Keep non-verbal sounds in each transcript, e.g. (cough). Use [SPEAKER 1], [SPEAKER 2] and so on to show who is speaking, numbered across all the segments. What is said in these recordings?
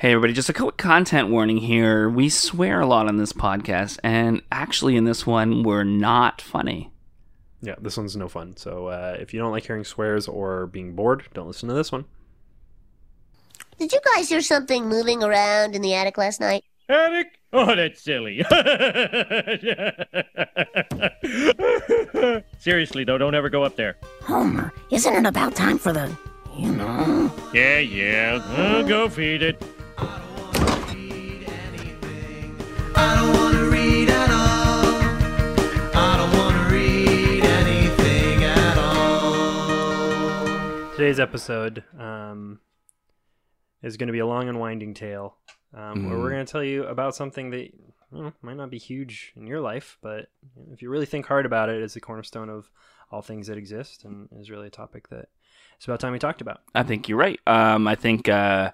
[SPEAKER 1] Hey, everybody, just a quick content warning here. We swear a lot on this podcast, and actually, in this one, we're not funny.
[SPEAKER 2] Yeah, this one's no fun. So uh, if you don't like hearing swears or being bored, don't listen to this one.
[SPEAKER 3] Did you guys hear something moving around in the attic last night?
[SPEAKER 4] Attic? Oh, that's silly. (laughs) Seriously, though, don't ever go up there.
[SPEAKER 5] Homer, isn't it about time for the, you know?
[SPEAKER 4] Yeah, yeah. Uh, go feed it.
[SPEAKER 6] I don't wanna read at all. I don't wanna read anything at all.
[SPEAKER 2] Today's episode um, is going to be a long and winding tale um, where we're going to tell you about something that well, might not be huge in your life, but if you really think hard about it, it's the cornerstone of all things that exist and is really a topic that it's about time we talked about.
[SPEAKER 1] I think you're right. Um, I think, uh,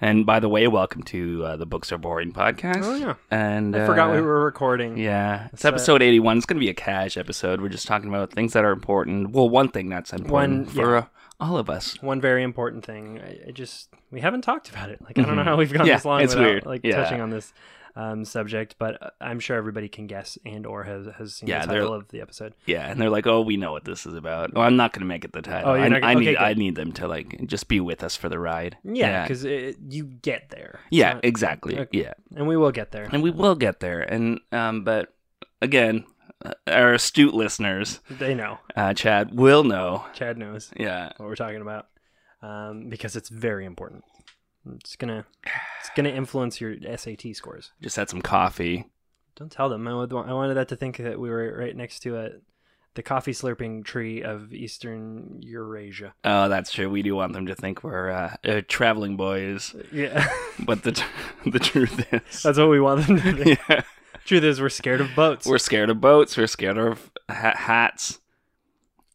[SPEAKER 1] and by the way, welcome to uh, the Books Are Boring podcast.
[SPEAKER 2] Oh, yeah.
[SPEAKER 1] And
[SPEAKER 2] I forgot
[SPEAKER 1] uh,
[SPEAKER 2] we were recording.
[SPEAKER 1] Yeah, it's
[SPEAKER 2] So-
[SPEAKER 1] episode 81. It's going to be a cash episode. We're just talking about things that are important. Well, one thing that's important
[SPEAKER 2] One-
[SPEAKER 1] for uh, all of us.
[SPEAKER 2] One very important thing. I, I just we haven't talked about it. Like I don't know how we've gone
[SPEAKER 1] Mm-hmm. Yeah,
[SPEAKER 2] this long
[SPEAKER 1] it's
[SPEAKER 2] without
[SPEAKER 1] weird.
[SPEAKER 2] like
[SPEAKER 1] Yeah.
[SPEAKER 2] touching on this um, subject, but uh, I'm sure everybody can guess and or has has seen
[SPEAKER 1] Yeah,
[SPEAKER 2] the
[SPEAKER 1] they're-
[SPEAKER 2] title of the episode.
[SPEAKER 1] Yeah, and they're like, "Oh, we know what this is about." Well, I'm not going to make it the title.
[SPEAKER 2] Oh, you're
[SPEAKER 1] I,
[SPEAKER 2] not gonna-
[SPEAKER 1] I
[SPEAKER 2] okay,
[SPEAKER 1] need
[SPEAKER 2] good.
[SPEAKER 1] I need them to like just be with us for the ride.
[SPEAKER 2] Yeah,
[SPEAKER 1] yeah,
[SPEAKER 2] because you get there. It's
[SPEAKER 1] Yeah,
[SPEAKER 2] not-
[SPEAKER 1] exactly.
[SPEAKER 2] okay.
[SPEAKER 1] Yeah,
[SPEAKER 2] and we will get there.
[SPEAKER 1] and we will get there. And um, but again, uh, our astute listeners,
[SPEAKER 2] They know.
[SPEAKER 1] uh, Chad will know.
[SPEAKER 2] Chad knows
[SPEAKER 1] Yeah,
[SPEAKER 2] what we're talking about um, because it's very important. It's gonna it's gonna influence your SAT scores.
[SPEAKER 1] just had some coffee.
[SPEAKER 2] Don't tell them. I, would, want- I wanted that to think that we were right next to a, the coffee slurping tree of Eastern Eurasia.
[SPEAKER 1] Oh, that's true. We do want them to think we're uh, uh, traveling boys,
[SPEAKER 2] Yeah, (laughs)
[SPEAKER 1] but the (laughs) tr- the truth is,
[SPEAKER 2] that's what we want them to think.
[SPEAKER 1] (laughs) yeah,
[SPEAKER 2] Truth is, we're scared of boats.
[SPEAKER 1] we're scared of boats. We're scared of ha- hats.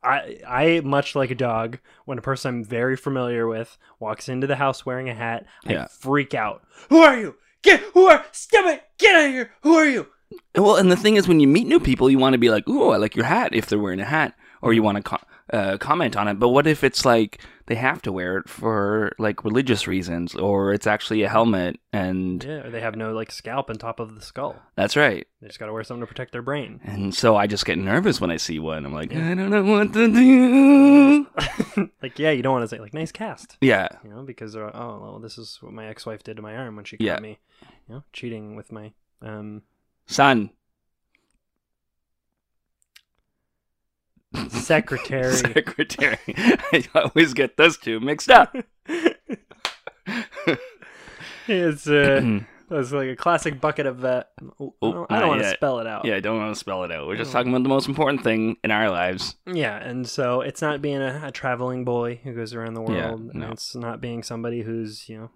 [SPEAKER 2] I, I, much like a dog, when a person I'm very familiar with walks into the house wearing a hat,
[SPEAKER 1] Yeah.
[SPEAKER 2] I freak out. Who are you? Get who are? Stop it! Get out of here! Who are you?
[SPEAKER 1] Well, and the thing is, when you meet new people, you want to be like, "Ooh, I like your hat," if they're wearing a hat, or you want to co- uh, comment on it. But what if it's like they have to wear it for like religious reasons, or it's actually a helmet? And
[SPEAKER 2] Yeah, or they have no like scalp on top of the skull.
[SPEAKER 1] that's right.
[SPEAKER 2] They just gotta wear something to protect their brain. (laughs)
[SPEAKER 1] And so I just get nervous when I see one. I'm like, I don't know what to do. (laughs)
[SPEAKER 2] like, yeah, you don't want to say like nice cast,
[SPEAKER 1] yeah,
[SPEAKER 2] you know, because they're oh well, this is what my ex-wife did to my arm when she
[SPEAKER 1] Yeah.
[SPEAKER 2] caught me, you know, cheating with my um (laughs)
[SPEAKER 1] son, (laughs)
[SPEAKER 2] secretary.
[SPEAKER 1] secretary. I always get those two mixed up.
[SPEAKER 2] (laughs)
[SPEAKER 1] (laughs) (clears throat)
[SPEAKER 2] it's uh,
[SPEAKER 1] Mm-hmm.
[SPEAKER 2] it's like a classic bucket of uh, oh, I
[SPEAKER 1] Oh,
[SPEAKER 2] don't,
[SPEAKER 1] not
[SPEAKER 2] want to
[SPEAKER 1] yet.
[SPEAKER 2] spell it out.
[SPEAKER 1] yeah, I don't want to spell it out. We're just
[SPEAKER 2] Oh.
[SPEAKER 1] talking about the most important thing in our lives.
[SPEAKER 2] Yeah, and so it's not being a, a traveling boy who goes around the world.
[SPEAKER 1] Yeah,
[SPEAKER 2] and
[SPEAKER 1] no.
[SPEAKER 2] It's not being somebody who's you know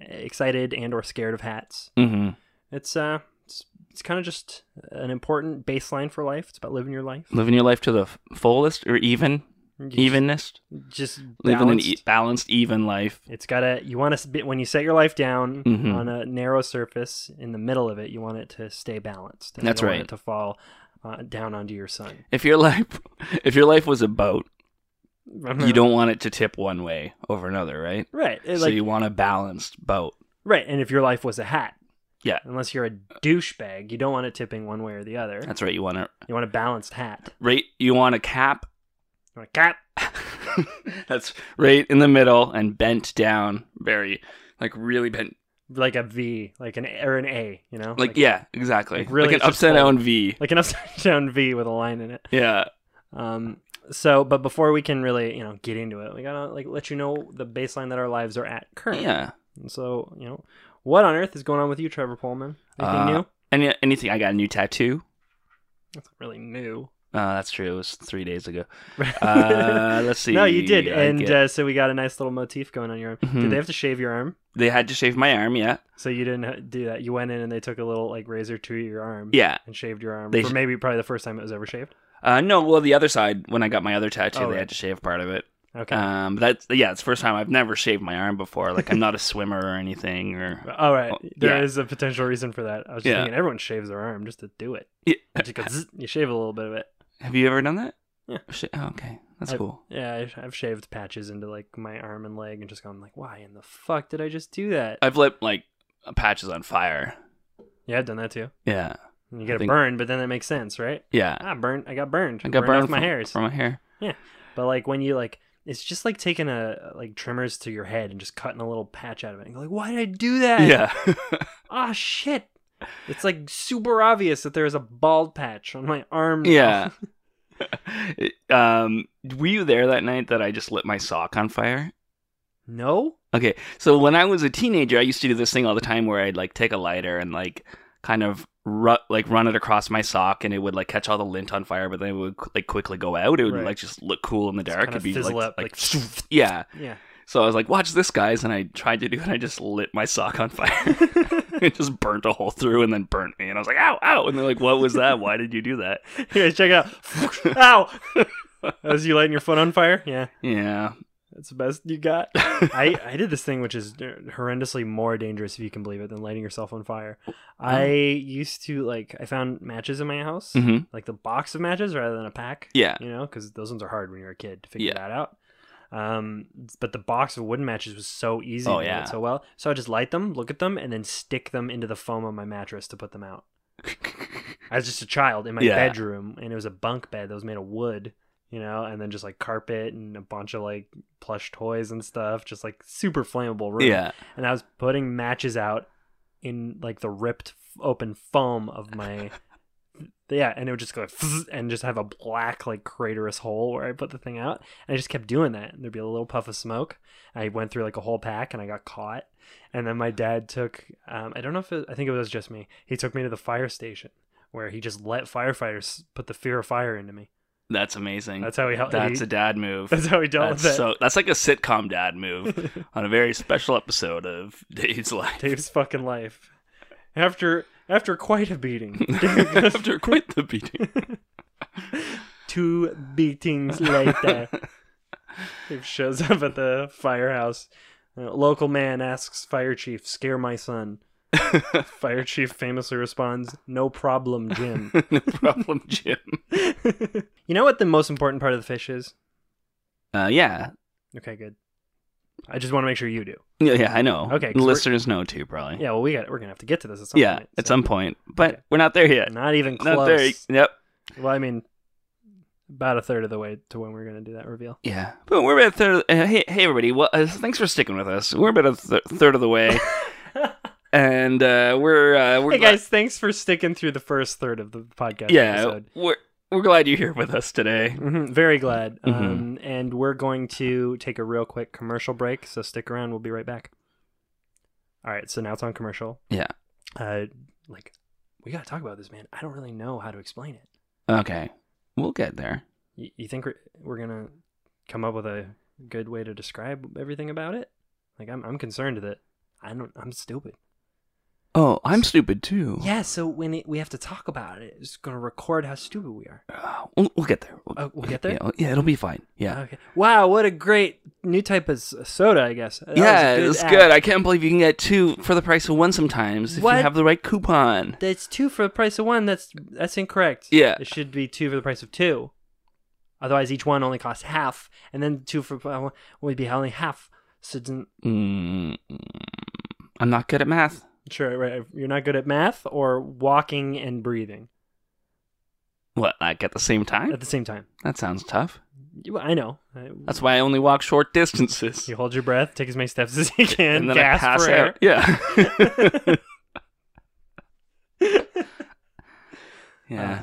[SPEAKER 2] excited and or scared of hats.
[SPEAKER 1] Mm-hmm.
[SPEAKER 2] It's uh, it's, it's kind of just an important baseline for life. It's about living your life,
[SPEAKER 1] Living your life to the f- fullest or even
[SPEAKER 2] You just-
[SPEAKER 1] evenness.
[SPEAKER 2] just
[SPEAKER 1] Living an
[SPEAKER 2] balanced.
[SPEAKER 1] e- balanced, even life.
[SPEAKER 2] It's gotta. You want to when you set your life down
[SPEAKER 1] Mhm.
[SPEAKER 2] on a narrow surface in the middle of it. You want it to stay balanced. and you
[SPEAKER 1] That's
[SPEAKER 2] don't
[SPEAKER 1] right.
[SPEAKER 2] Want it to fall uh, down onto your sun.
[SPEAKER 1] If your (laughs) life, if your life was a boat,
[SPEAKER 2] Uh-huh. (laughs)
[SPEAKER 1] you don't want it to tip one way over another, right?
[SPEAKER 2] Right. it,
[SPEAKER 1] so
[SPEAKER 2] like,
[SPEAKER 1] you want a balanced boat.
[SPEAKER 2] right. And if your life was a hat.
[SPEAKER 1] Yeah.
[SPEAKER 2] Unless you're a douchebag, you don't want it tipping one way or the other.
[SPEAKER 1] That's right. You want a
[SPEAKER 2] You want a balanced hat.
[SPEAKER 1] rate. You want a cap (laughs)
[SPEAKER 2] You want a cap.
[SPEAKER 1] that's right in the middle and bent down, very like really bent.
[SPEAKER 2] Like a V, like an or an A, you know?
[SPEAKER 1] Like, yeah, exactly.
[SPEAKER 2] like,
[SPEAKER 1] Like,
[SPEAKER 2] really
[SPEAKER 1] an
[SPEAKER 2] it's just
[SPEAKER 1] upside down V.
[SPEAKER 2] (laughs) Like an upside down V with a line in it.
[SPEAKER 1] yeah.
[SPEAKER 2] Um so but before we can really, you know, get into it, we gotta like let you know the baseline that our lives are at currently.
[SPEAKER 1] Yeah.
[SPEAKER 2] And so, you know, what on earth is going on with you, Trevor Pullman? Anything
[SPEAKER 1] Uh,
[SPEAKER 2] new?
[SPEAKER 1] Any anything? I got a new tattoo.
[SPEAKER 2] That's not really new.
[SPEAKER 1] Uh, that's true. It was three days ago. Uh, let's see.
[SPEAKER 2] (laughs) no, you did.
[SPEAKER 1] I
[SPEAKER 2] and
[SPEAKER 1] get-
[SPEAKER 2] uh, so we got a nice little motif going on your arm.
[SPEAKER 1] Mhm.
[SPEAKER 2] Did they have to shave your arm?
[SPEAKER 1] they had to shave my arm. Yeah.
[SPEAKER 2] So you didn't ha- do that. You went in and they took a little like razor to your arm.
[SPEAKER 1] Yeah.
[SPEAKER 2] And shaved your arm
[SPEAKER 1] They
[SPEAKER 2] for
[SPEAKER 1] sh-
[SPEAKER 2] maybe probably the first time it was ever shaved.
[SPEAKER 1] Uh, no. Well, the other side. When I got my other tattoo,
[SPEAKER 2] Oh,
[SPEAKER 1] they
[SPEAKER 2] right.
[SPEAKER 1] had to shave part of it.
[SPEAKER 2] Okay.
[SPEAKER 1] Um, but that's yeah. It's the first time I've never shaved my arm before. Like I'm not a swimmer or anything. Or
[SPEAKER 2] All (laughs) right,
[SPEAKER 1] Oh,
[SPEAKER 2] there is
[SPEAKER 1] yeah.
[SPEAKER 2] a potential reason for that. I was just
[SPEAKER 1] Yeah.
[SPEAKER 2] thinking everyone shaves
[SPEAKER 1] (laughs)
[SPEAKER 2] their arm just to do it.
[SPEAKER 1] Yeah.
[SPEAKER 2] You, just go zzz, you shave a little bit of it.
[SPEAKER 1] have you ever done that?
[SPEAKER 2] Yeah.
[SPEAKER 1] Sh- oh, okay. That's
[SPEAKER 2] I've-
[SPEAKER 1] cool.
[SPEAKER 2] Yeah, I- I've shaved patches into like my arm and leg and just gone like, why in the fuck did I just do that?
[SPEAKER 1] I've lit like patches on fire.
[SPEAKER 2] yeah, I've done that too.
[SPEAKER 1] Yeah,
[SPEAKER 2] And you get a
[SPEAKER 1] think-
[SPEAKER 2] burn, but then that makes sense, right?
[SPEAKER 1] yeah.
[SPEAKER 2] Ah, burned. I got burned.
[SPEAKER 1] I got burned
[SPEAKER 2] off my
[SPEAKER 1] from-
[SPEAKER 2] hairs.
[SPEAKER 1] from my hair.
[SPEAKER 2] But like when you like, it's just like taking a like trimmers to your head and just cutting a little patch out of it. And you're like, why did I do that?
[SPEAKER 1] Yeah, (laughs)
[SPEAKER 2] Ah, shit. It's like super obvious that there is a bald patch on my arm. now.
[SPEAKER 1] yeah. um, were you there that night that I just lit my sock on fire?
[SPEAKER 2] (laughs) no.
[SPEAKER 1] Okay, so when I was a teenager, I used to do this thing all the time where I'd like take a lighter and like kind of ru- like run it across my sock, and it would like catch all the lint on fire, but then it would like quickly go out. It would
[SPEAKER 2] Right.
[SPEAKER 1] like just look cool in the dark.
[SPEAKER 2] kind
[SPEAKER 1] It'd
[SPEAKER 2] of
[SPEAKER 1] be
[SPEAKER 2] fizzle
[SPEAKER 1] like,
[SPEAKER 2] up,
[SPEAKER 1] like,
[SPEAKER 2] like,
[SPEAKER 1] (laughs)
[SPEAKER 2] (laughs)
[SPEAKER 1] yeah.
[SPEAKER 2] Yeah.
[SPEAKER 1] So I was like, "Watch this, guys!" And I tried to do it, and I just lit my sock on
[SPEAKER 2] (laughs)
[SPEAKER 1] fire. (laughs) it just burnt a hole through, and then burnt me. And I was like, "Ow, ow!" And they're like, "What was that? Why did you do that?" (laughs)
[SPEAKER 2] Here, check it out. (laughs) Ow. that was you lighting your foot on fire? Yeah. (laughs)
[SPEAKER 1] Yeah.
[SPEAKER 2] That's the best you got. I, I did this thing which is uh, horrendously more dangerous if you can believe it than lighting yourself on fire.
[SPEAKER 1] Oh.
[SPEAKER 2] I used to like I found matches in my house,
[SPEAKER 1] hmm
[SPEAKER 2] like the box of matches rather than a pack.
[SPEAKER 1] Yeah.
[SPEAKER 2] you know, because those ones are hard when you're a kid to figure
[SPEAKER 1] Yeah.
[SPEAKER 2] that out. Um, but the box of wooden matches was so easy.
[SPEAKER 1] Oh,
[SPEAKER 2] and I did
[SPEAKER 1] yeah.
[SPEAKER 2] it so well. So I just light them, look at them, and then stick them into the foam on my mattress to put them out. I was just a child in my
[SPEAKER 1] Yeah.
[SPEAKER 2] bedroom, and it was a bunk bed that was made of wood, you know, and then just like carpet and a bunch of like plush toys and stuff, just like super flammable room.
[SPEAKER 1] Yeah.
[SPEAKER 2] And I was putting matches out in like the ripped f- open foam
[SPEAKER 1] (laughs)
[SPEAKER 2] of my. Yeah, and it would just go (laughs) fizz and just have a black, like craterous hole where I put the thing out. And I just kept doing that. And there'd be a little puff of smoke. I went through like a whole pack and I got caught. And then my dad took, um, I don't know if it, I think it was just me. He took me to the fire station where he just let firefighters put the fear of fire into me.
[SPEAKER 1] That's amazing.
[SPEAKER 2] That's how he helped.
[SPEAKER 1] That's
[SPEAKER 2] he,
[SPEAKER 1] a dad move.
[SPEAKER 2] (laughs) that's how he dealt
[SPEAKER 1] That's
[SPEAKER 2] with it.
[SPEAKER 1] so that's like a sitcom dad move on a very special episode of Dave's life. (laughs)
[SPEAKER 2] (laughs) Dave's fucking life. After after quite a
[SPEAKER 1] (laughs)
[SPEAKER 2] beating,
[SPEAKER 1] After quite the beating. (laughs)
[SPEAKER 2] two beatings later, Dave shows up at the firehouse. A local man asks fire chief, "Scare my son." fire chief famously responds, "No problem,
[SPEAKER 1] (laughs)
[SPEAKER 2] Jim."
[SPEAKER 1] no problem, Jim.
[SPEAKER 2] you know what the most important part of the fish is?
[SPEAKER 1] Uh, yeah.
[SPEAKER 2] Okay, good. I just want to make sure you do.
[SPEAKER 1] yeah, yeah, I know.
[SPEAKER 2] Okay, 'cause
[SPEAKER 1] the
[SPEAKER 2] we're-
[SPEAKER 1] listeners know too, probably.
[SPEAKER 2] Yeah, well, we got. We're gonna have to get to this at some
[SPEAKER 1] yeah,
[SPEAKER 2] point.
[SPEAKER 1] at
[SPEAKER 2] so-
[SPEAKER 1] some point, but
[SPEAKER 2] Okay.
[SPEAKER 1] we're not there yet.
[SPEAKER 2] Not even close.
[SPEAKER 1] Not there. Yep.
[SPEAKER 2] Well, I mean, about a third of the way to when we're going to do that reveal.
[SPEAKER 1] Yeah, but we're about a third. Uh, hey, hey, everybody! Well, uh, thanks for sticking with us. We're about a th- third of the
[SPEAKER 2] (laughs)
[SPEAKER 1] way, and uh, we're uh, we're
[SPEAKER 2] Hey
[SPEAKER 1] glad-
[SPEAKER 2] guys, thanks for sticking through the first third of the podcast.
[SPEAKER 1] Yeah,
[SPEAKER 2] episode.
[SPEAKER 1] we're we're glad you're here with us today.
[SPEAKER 2] Mhm, very glad.
[SPEAKER 1] Mhm.
[SPEAKER 2] Um, and we're going to take a real quick commercial break, so stick around. We'll be right back. All right, so now it's on commercial.
[SPEAKER 1] Yeah.
[SPEAKER 2] Uh, like, we got to talk about this, man. I don't really know how to explain it.
[SPEAKER 1] Okay, we'll get there.
[SPEAKER 2] You, you think we're, we're gonna come up with a good way to describe everything about it? Like, I'm I'm concerned that I don't. I'm stupid.
[SPEAKER 1] Oh, I'm stupid too.
[SPEAKER 2] Yeah, so when it, we have to talk about it, it's going to record how stupid we are.
[SPEAKER 1] Uh, we'll, we'll get there.
[SPEAKER 2] Oh, we'll get there? Uh,
[SPEAKER 1] Yeah, yeah, it'll be fine. Yeah,
[SPEAKER 2] Okay. Wow, what a great new type of s- soda, I guess. That was a
[SPEAKER 1] yeah, it's
[SPEAKER 2] ad.
[SPEAKER 1] good. I can't believe you can get two for the price of one sometimes if
[SPEAKER 2] What?
[SPEAKER 1] you have the right coupon.
[SPEAKER 2] That's two for the price of one. That's that's incorrect.
[SPEAKER 1] Yeah.
[SPEAKER 2] it should be two for the price of two. Otherwise, each one only costs half, and then two for uh, would be only half. So it's n-
[SPEAKER 1] Mm, I'm not good at math.
[SPEAKER 2] sure, right? You're not good at math or walking and breathing
[SPEAKER 1] What? Like at the same time?
[SPEAKER 2] at the same time.
[SPEAKER 1] That sounds tough.
[SPEAKER 2] You- I know. I-
[SPEAKER 1] That's why I only walk short distances.
[SPEAKER 2] You hold your breath, take as many steps as you
[SPEAKER 1] and
[SPEAKER 2] can,
[SPEAKER 1] then I
[SPEAKER 2] gasp
[SPEAKER 1] pass
[SPEAKER 2] for
[SPEAKER 1] out.
[SPEAKER 2] air.
[SPEAKER 1] Yeah. (laughs)
[SPEAKER 2] (laughs)
[SPEAKER 1] yeah.
[SPEAKER 2] Uh,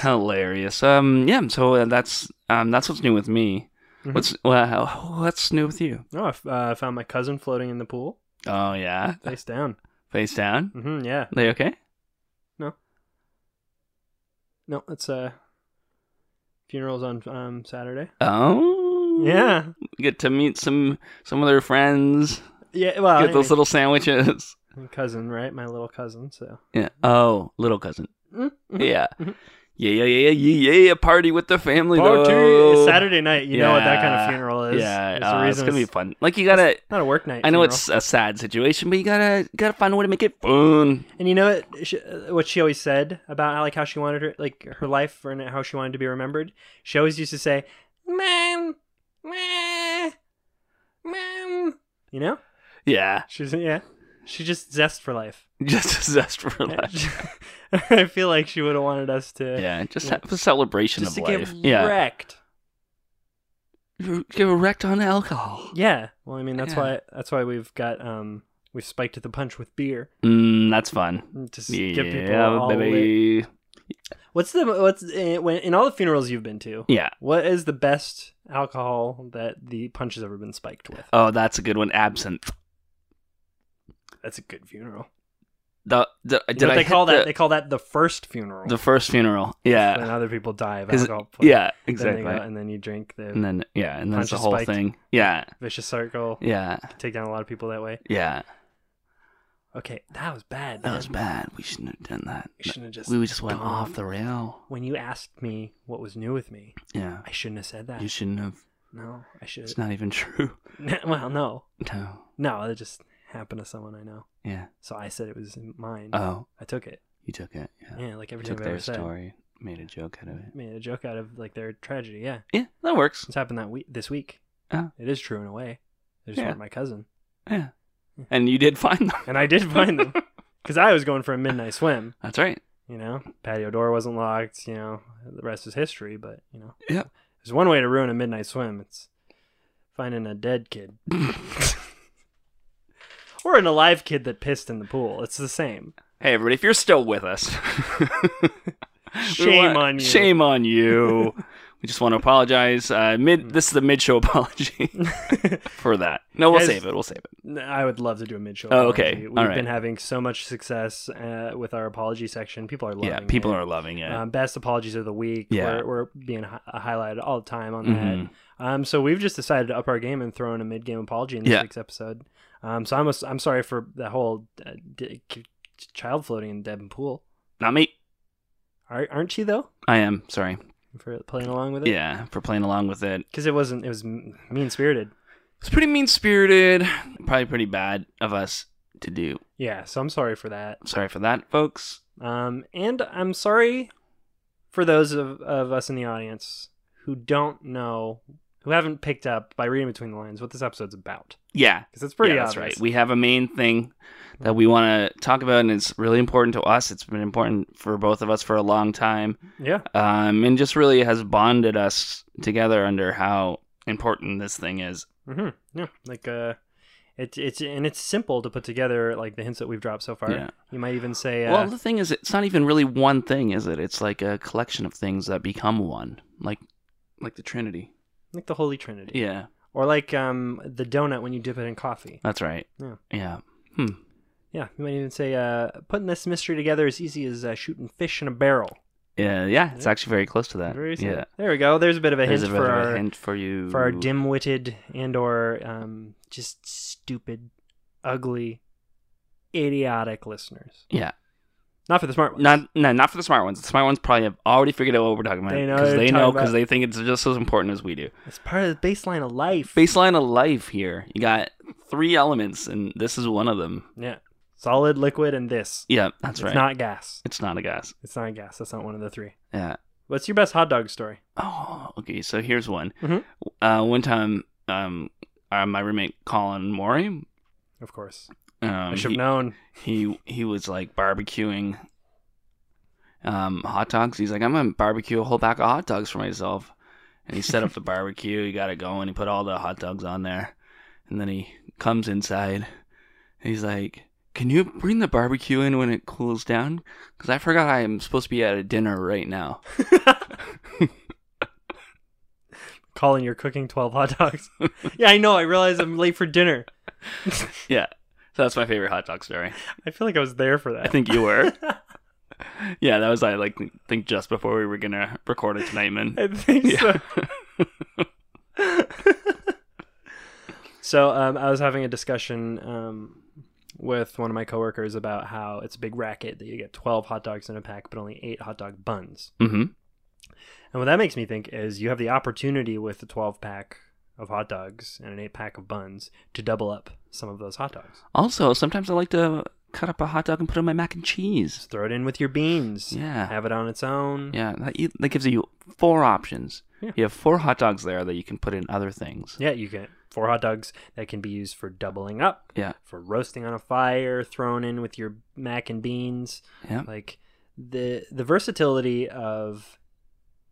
[SPEAKER 1] (laughs) Hilarious. Um. Yeah. So uh, that's um. That's what's new with me.
[SPEAKER 2] Mhm.
[SPEAKER 1] What's well, What's new with you?
[SPEAKER 2] Oh, I f- uh, found my cousin floating in the pool,
[SPEAKER 1] Oh yeah.
[SPEAKER 2] face down.
[SPEAKER 1] Face down.
[SPEAKER 2] hmm yeah.
[SPEAKER 1] they okay?
[SPEAKER 2] No, it's uh, funerals on um Saturday.
[SPEAKER 1] Oh.
[SPEAKER 2] Yeah,
[SPEAKER 1] Get to meet some some of their friends.
[SPEAKER 2] yeah. Well,
[SPEAKER 1] Get those little sandwiches.
[SPEAKER 2] my cousin, right? My little cousin. So
[SPEAKER 1] Yeah. Oh, little cousin.
[SPEAKER 2] Mhm.
[SPEAKER 1] Yeah.
[SPEAKER 2] Mhm.
[SPEAKER 1] Yeah, yeah, yeah, yeah, yeah, yeah. Party with the family.
[SPEAKER 2] Party!
[SPEAKER 1] though.
[SPEAKER 2] It's Saturday night. You know what that kind
[SPEAKER 1] Yeah.
[SPEAKER 2] of funeral is.
[SPEAKER 1] Yeah,
[SPEAKER 2] There's a
[SPEAKER 1] uh, it's
[SPEAKER 2] reason
[SPEAKER 1] gonna be fun. Like you gotta.
[SPEAKER 2] not a work night.
[SPEAKER 1] I know
[SPEAKER 2] funeral.
[SPEAKER 1] it's a sad situation, but you gotta gotta find a way to make it fun.
[SPEAKER 2] and you know what she, uh, what she always said about like how she wanted her like her life and how she wanted to be remembered. She always used to say, mom, meh, mom. You know,
[SPEAKER 1] Yeah, (laughs)
[SPEAKER 2] she's yeah, she just zest for life.
[SPEAKER 1] just a zest (laughs) for
[SPEAKER 2] Yeah,
[SPEAKER 1] life.
[SPEAKER 2] I feel like she would have wanted us to
[SPEAKER 1] Yeah, just
[SPEAKER 2] Yeah.
[SPEAKER 1] have a celebration
[SPEAKER 2] just to
[SPEAKER 1] of life.
[SPEAKER 2] get
[SPEAKER 1] yeah,
[SPEAKER 2] wrecked.
[SPEAKER 1] You get wrecked on alcohol.
[SPEAKER 2] Yeah. Well, I mean that's
[SPEAKER 1] Yeah.
[SPEAKER 2] why that's why we've got um we've spiked the punch with beer
[SPEAKER 1] Mm, that's fun.
[SPEAKER 2] to s-
[SPEAKER 1] Yeah,
[SPEAKER 2] get people all lit.
[SPEAKER 1] baby.
[SPEAKER 2] What's the what's in, when, in all the funerals you've been to?
[SPEAKER 1] Yeah.
[SPEAKER 2] What is the best alcohol that the punch has ever been spiked with?
[SPEAKER 1] Oh, that's a good one. Absinthe.
[SPEAKER 2] That's a good funeral.
[SPEAKER 1] The, the, Uh, did
[SPEAKER 2] You know what
[SPEAKER 1] I
[SPEAKER 2] they
[SPEAKER 1] hit
[SPEAKER 2] call that?
[SPEAKER 1] the,
[SPEAKER 2] They call that the first funeral.
[SPEAKER 1] the first funeral? Yeah,
[SPEAKER 2] When other people die of
[SPEAKER 1] 'Cause-
[SPEAKER 2] alcohol. poisoning.
[SPEAKER 1] yeah,
[SPEAKER 2] Then they
[SPEAKER 1] exactly.
[SPEAKER 2] go- and then you drink the
[SPEAKER 1] and then yeah, and that's
[SPEAKER 2] Punch
[SPEAKER 1] the
[SPEAKER 2] is
[SPEAKER 1] whole
[SPEAKER 2] spiked.
[SPEAKER 1] thing. Yeah,
[SPEAKER 2] vicious circle.
[SPEAKER 1] yeah,
[SPEAKER 2] Take down a lot of people that way.
[SPEAKER 1] yeah.
[SPEAKER 2] Okay, that was bad.
[SPEAKER 1] That was
[SPEAKER 2] man.
[SPEAKER 1] bad. We shouldn't have done that.
[SPEAKER 2] You shouldn't have just.
[SPEAKER 1] We just went
[SPEAKER 2] gone.
[SPEAKER 1] off the rail.
[SPEAKER 2] When you asked me what was new with me,
[SPEAKER 1] Yeah,
[SPEAKER 2] I shouldn't have said that.
[SPEAKER 1] you shouldn't have.
[SPEAKER 2] no, I should.
[SPEAKER 1] It's not even (laughs) true.
[SPEAKER 2] have well, (laughs) no,
[SPEAKER 1] No.
[SPEAKER 2] no, it just happened to someone I know.
[SPEAKER 1] Yeah.
[SPEAKER 2] So I said it was mine.
[SPEAKER 1] Oh,
[SPEAKER 2] I took it.
[SPEAKER 1] you took it. Yeah.
[SPEAKER 2] Yeah, like everything
[SPEAKER 1] took
[SPEAKER 2] I've ever
[SPEAKER 1] their story, made a joke out of
[SPEAKER 2] said.
[SPEAKER 1] it.
[SPEAKER 2] Made a joke out of like their tragedy. Yeah,
[SPEAKER 1] Yeah, that works.
[SPEAKER 2] it's happened that week this week.
[SPEAKER 1] Oh.
[SPEAKER 2] It is true in a way. They just
[SPEAKER 1] Yeah.
[SPEAKER 2] weren't my cousin,
[SPEAKER 1] Yeah. And you did find them.
[SPEAKER 2] and I did (laughs) find them because I was going for a midnight swim.
[SPEAKER 1] That's right.
[SPEAKER 2] You know, patio door wasn't locked. You know, the rest is history. But you know,
[SPEAKER 1] Yeah.
[SPEAKER 2] there's one way to ruin a midnight swim. It's finding a dead kid
[SPEAKER 1] (laughs)
[SPEAKER 2] or an alive kid that pissed in the pool. It's the same.
[SPEAKER 1] Hey, everybody, if you're still with us, we
[SPEAKER 2] (laughs) Shame
[SPEAKER 1] want-
[SPEAKER 2] on you.
[SPEAKER 1] Shame on
[SPEAKER 2] (laughs)
[SPEAKER 1] you. we just want to apologize. Uh, mid, this is the mid-show
[SPEAKER 2] (laughs)
[SPEAKER 1] apology for that. No, we'll
[SPEAKER 2] Guys-
[SPEAKER 1] save it. We'll save it.
[SPEAKER 2] No, I would love to do a mid show.
[SPEAKER 1] Oh, okay.
[SPEAKER 2] We've
[SPEAKER 1] All right.
[SPEAKER 2] been having so much success uh, with our apology section. People are loving
[SPEAKER 1] Yeah, people
[SPEAKER 2] it.
[SPEAKER 1] are loving it.
[SPEAKER 2] Um, best apologies of the week.
[SPEAKER 1] Yeah.
[SPEAKER 2] We're, we're being hi- highlighted all the time on
[SPEAKER 1] Mhm.
[SPEAKER 2] that. Um, so we've just decided to up our game and throw in a mid game apology in this
[SPEAKER 1] Yeah.
[SPEAKER 2] week's episode. Um, so I'm, a, I'm sorry for the whole uh, d- k- child floating in Devon Pool.
[SPEAKER 1] Not me.
[SPEAKER 2] Are, aren't you, though,
[SPEAKER 1] I am sorry.
[SPEAKER 2] for playing along with it?
[SPEAKER 1] Yeah, for playing along with it.
[SPEAKER 2] Because it wasn't, it was mean spirited.
[SPEAKER 1] It's pretty mean-spirited. Probably pretty bad of us to do.
[SPEAKER 2] Yeah. So I'm sorry for that.
[SPEAKER 1] Sorry for that, folks.
[SPEAKER 2] Um, and I'm sorry for those of, of us in the audience who don't know, who haven't picked up by reading between the lines what this episode's about.
[SPEAKER 1] Yeah,
[SPEAKER 2] Because it's pretty
[SPEAKER 1] yeah,
[SPEAKER 2] obvious.
[SPEAKER 1] That's right. We have a main thing that we want to talk about, and it's really important to us. It's been important for both of us for a long time,
[SPEAKER 2] yeah.
[SPEAKER 1] um, and just really has bonded us together under how important this thing is.
[SPEAKER 2] hmm Yeah. Like, uh, it's it's and it's simple to put together like the hints that we've dropped so far.
[SPEAKER 1] Yeah.
[SPEAKER 2] You might even say, uh,
[SPEAKER 1] Well, the thing is, it's not even really one thing, is it? It's like a collection of things that become one, like like the Trinity.
[SPEAKER 2] like the Holy Trinity,
[SPEAKER 1] Yeah,
[SPEAKER 2] or like um the donut when you dip it in coffee.
[SPEAKER 1] that's right.
[SPEAKER 2] Yeah.
[SPEAKER 1] Yeah. Hmm.
[SPEAKER 2] Yeah. You might even say, uh, putting this mystery together is easy as uh, shooting fish in a barrel.
[SPEAKER 1] Yeah. Yeah. It's actually very close to that.
[SPEAKER 2] Very simple.
[SPEAKER 1] Uh, yeah.
[SPEAKER 2] There we go. There's a bit of a
[SPEAKER 1] There's
[SPEAKER 2] hint
[SPEAKER 1] a bit
[SPEAKER 2] for
[SPEAKER 1] of
[SPEAKER 2] our
[SPEAKER 1] a hint for you
[SPEAKER 2] for our dim-witted and or um, just stupid, ugly, idiotic listeners.
[SPEAKER 1] Yeah.
[SPEAKER 2] Not for the smart ones.
[SPEAKER 1] Not no, not for the smart ones. The smart ones probably have already figured out what we're talking about
[SPEAKER 2] They know
[SPEAKER 1] because
[SPEAKER 2] what
[SPEAKER 1] they
[SPEAKER 2] we're
[SPEAKER 1] know
[SPEAKER 2] talking
[SPEAKER 1] because
[SPEAKER 2] about.
[SPEAKER 1] they think it's just as important as we do.
[SPEAKER 2] it's part of the baseline of life.
[SPEAKER 1] Baseline of life here. You got three elements, and this is one of them.
[SPEAKER 2] yeah. Solid, liquid, and this.
[SPEAKER 1] Yeah, that's
[SPEAKER 2] it's
[SPEAKER 1] right.
[SPEAKER 2] not gas.
[SPEAKER 1] it's not a gas.
[SPEAKER 2] It's not gas. That's not one of the three.
[SPEAKER 1] Yeah.
[SPEAKER 2] What's your best hot dog story?
[SPEAKER 1] Oh, okay. So here's one.
[SPEAKER 2] Mhm.
[SPEAKER 1] Uh, one time, um, uh, my roommate Colin Morey, um,
[SPEAKER 2] Of course. I should
[SPEAKER 1] he,
[SPEAKER 2] have known.
[SPEAKER 1] he he was like barbecuing, um, hot dogs. He's like, I'm gonna barbecue a whole pack of hot dogs for myself, and he set up the barbecue. He got it going. He put all the hot dogs on there, and then he comes inside. And he's like, "Can you bring the barbecue in when it cools down? Because I forgot I am supposed to be at a dinner right now."
[SPEAKER 2] Colin, you're cooking 12 hot dogs. (laughs) yeah, I know. I realize I'm late for dinner.
[SPEAKER 1] Yeah, so that's my favorite hot dog story.
[SPEAKER 2] I feel like I was there for that.
[SPEAKER 1] I think you were. yeah, that was I like think just before we were gonna record it tonight, man.
[SPEAKER 2] (laughs) (laughs) I think so.
[SPEAKER 1] (laughs)
[SPEAKER 2] so um, I was having a discussion um, with one of my coworkers about how it's a big racket that you get 12 hot dogs in a pack, but only eight hot dog buns.
[SPEAKER 1] hmm
[SPEAKER 2] And what that makes me think is you have the opportunity with the 12 pack of hot dogs and an eight pack of buns to double up some of those hot dogs.
[SPEAKER 1] Also, sometimes I like to cut up a hot dog and put it on my mac and cheese.
[SPEAKER 2] Just throw it in with your beans.
[SPEAKER 1] Yeah.
[SPEAKER 2] Have it on its own.
[SPEAKER 1] Yeah, that, that gives you four options.
[SPEAKER 2] Mm-hmm. Yeah.
[SPEAKER 1] You have four hot dogs there that you can put in other things.
[SPEAKER 2] Yeah, you can four hot dogs that can be used for doubling up,
[SPEAKER 1] Yeah.
[SPEAKER 2] for roasting on a fire, thrown in with your mac and beans.
[SPEAKER 1] Yeah.
[SPEAKER 2] Like the the versatility of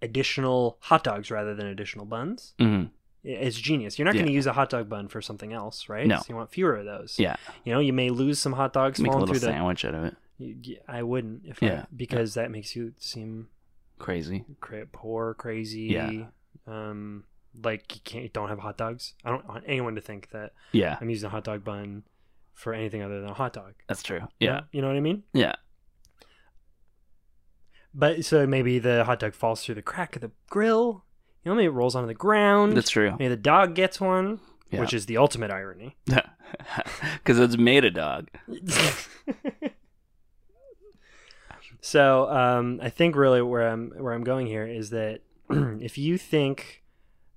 [SPEAKER 2] additional hot dogs rather than additional buns
[SPEAKER 1] Mhm.
[SPEAKER 2] i- is genius. You're not going to use a hot dog bun for something else, right?
[SPEAKER 1] No.
[SPEAKER 2] So you want fewer of those.
[SPEAKER 1] Yeah.
[SPEAKER 2] You know, you may lose some hot dogs
[SPEAKER 1] Make a
[SPEAKER 2] falling
[SPEAKER 1] little
[SPEAKER 2] through the.
[SPEAKER 1] sandwich out of it.
[SPEAKER 2] You- y- I wouldn't if
[SPEAKER 1] Yeah.
[SPEAKER 2] I, because that makes you seem
[SPEAKER 1] Crazy.
[SPEAKER 2] cra- poor, crazy.
[SPEAKER 1] Yeah.
[SPEAKER 2] Um, like you can't, you don't have hot dogs. I don't want anyone to think that
[SPEAKER 1] Yeah.
[SPEAKER 2] I'm using a hot dog bun for anything other than a hot dog.
[SPEAKER 1] That's true. Yeah.
[SPEAKER 2] You know what I mean?
[SPEAKER 1] Yeah.
[SPEAKER 2] But so maybe the hot dog falls through the crack of the grill. You know, maybe it rolls onto the ground.
[SPEAKER 1] That's true.
[SPEAKER 2] Maybe the dog gets one,
[SPEAKER 1] Yeah.
[SPEAKER 2] which is the
[SPEAKER 1] (laughs)
[SPEAKER 2] ultimate irony. (laughs)
[SPEAKER 1] Because it's made a dog.
[SPEAKER 2] so um, I think really where I'm where I'm going here is that (clears throat) if you think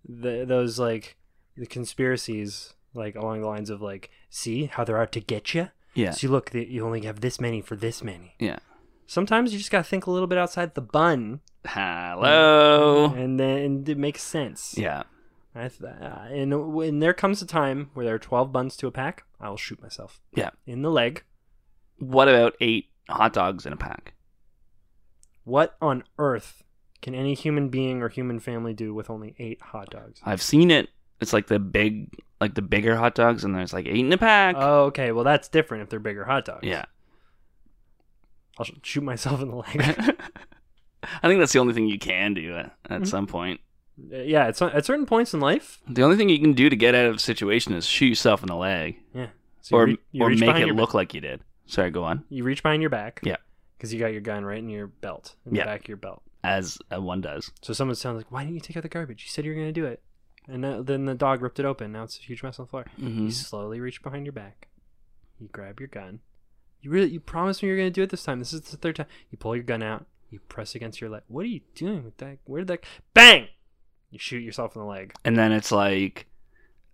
[SPEAKER 2] the, those like the conspiracies like along the lines of like see how they're out to get you
[SPEAKER 1] Yeah.
[SPEAKER 2] so you look that you only have this many for this many
[SPEAKER 1] Yeah.
[SPEAKER 2] sometimes you just gotta think a little bit outside the bun
[SPEAKER 1] Hello.
[SPEAKER 2] and then it makes sense
[SPEAKER 1] Yeah.
[SPEAKER 2] I th- uh, and when there comes a time where there are 12 buns to a pack i'll shoot myself
[SPEAKER 1] Yeah.
[SPEAKER 2] in the leg
[SPEAKER 1] What about eight hot dogs in a pack?
[SPEAKER 2] What on earth can any human being or human family do with only eight hot dogs?
[SPEAKER 1] I've seen it. It's like the big, like the bigger hot dogs, and there's like eight in a pack.
[SPEAKER 2] Oh, okay. Well, that's different if they're bigger hot dogs.
[SPEAKER 1] yeah.
[SPEAKER 2] I'll sh- shoot myself in the
[SPEAKER 1] (laughs)
[SPEAKER 2] leg.
[SPEAKER 1] I think that's the only thing you can do at, at
[SPEAKER 2] Mm-hmm.
[SPEAKER 1] some point.
[SPEAKER 2] yeah, at, some- at certain points in life,
[SPEAKER 1] The only thing you can do to get out of a situation is shoot yourself in the leg,
[SPEAKER 2] yeah. So
[SPEAKER 1] or
[SPEAKER 2] you, re- you
[SPEAKER 1] or
[SPEAKER 2] reach
[SPEAKER 1] make
[SPEAKER 2] behind
[SPEAKER 1] it
[SPEAKER 2] your
[SPEAKER 1] look like you did. Sorry, go on.
[SPEAKER 2] you reach behind your back.
[SPEAKER 1] Yeah.
[SPEAKER 2] Because you got your gun right in your belt, in
[SPEAKER 1] Yeah.
[SPEAKER 2] the back of your belt.
[SPEAKER 1] As uh, one does.
[SPEAKER 2] So someone sounds like, "Why didn't you take out the garbage? You said you were going to do it." And uh, then the dog ripped it open. Now it's a huge mess on the floor.
[SPEAKER 1] Mm-hmm.
[SPEAKER 2] You slowly reach behind your back. You grab your gun. You really you promised me you're gonna do it this time. This is the third time. You pull your gun out. You press against your leg. What are you doing with that? Where did that? Bang! You shoot yourself in the leg.
[SPEAKER 1] And then it's like,